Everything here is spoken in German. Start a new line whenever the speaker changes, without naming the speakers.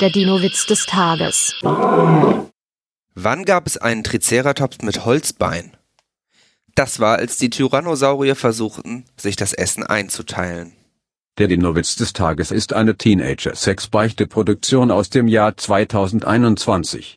Der Dino-Witz des Tages.
Wann gab es einen Triceratops mit Holzbein? Das war, als die Tyrannosaurier versuchten, sich das Essen einzuteilen.
Der Dinowitz des Tages ist eine Teenager-Sex-Beichte-Produktion aus dem Jahr 2021.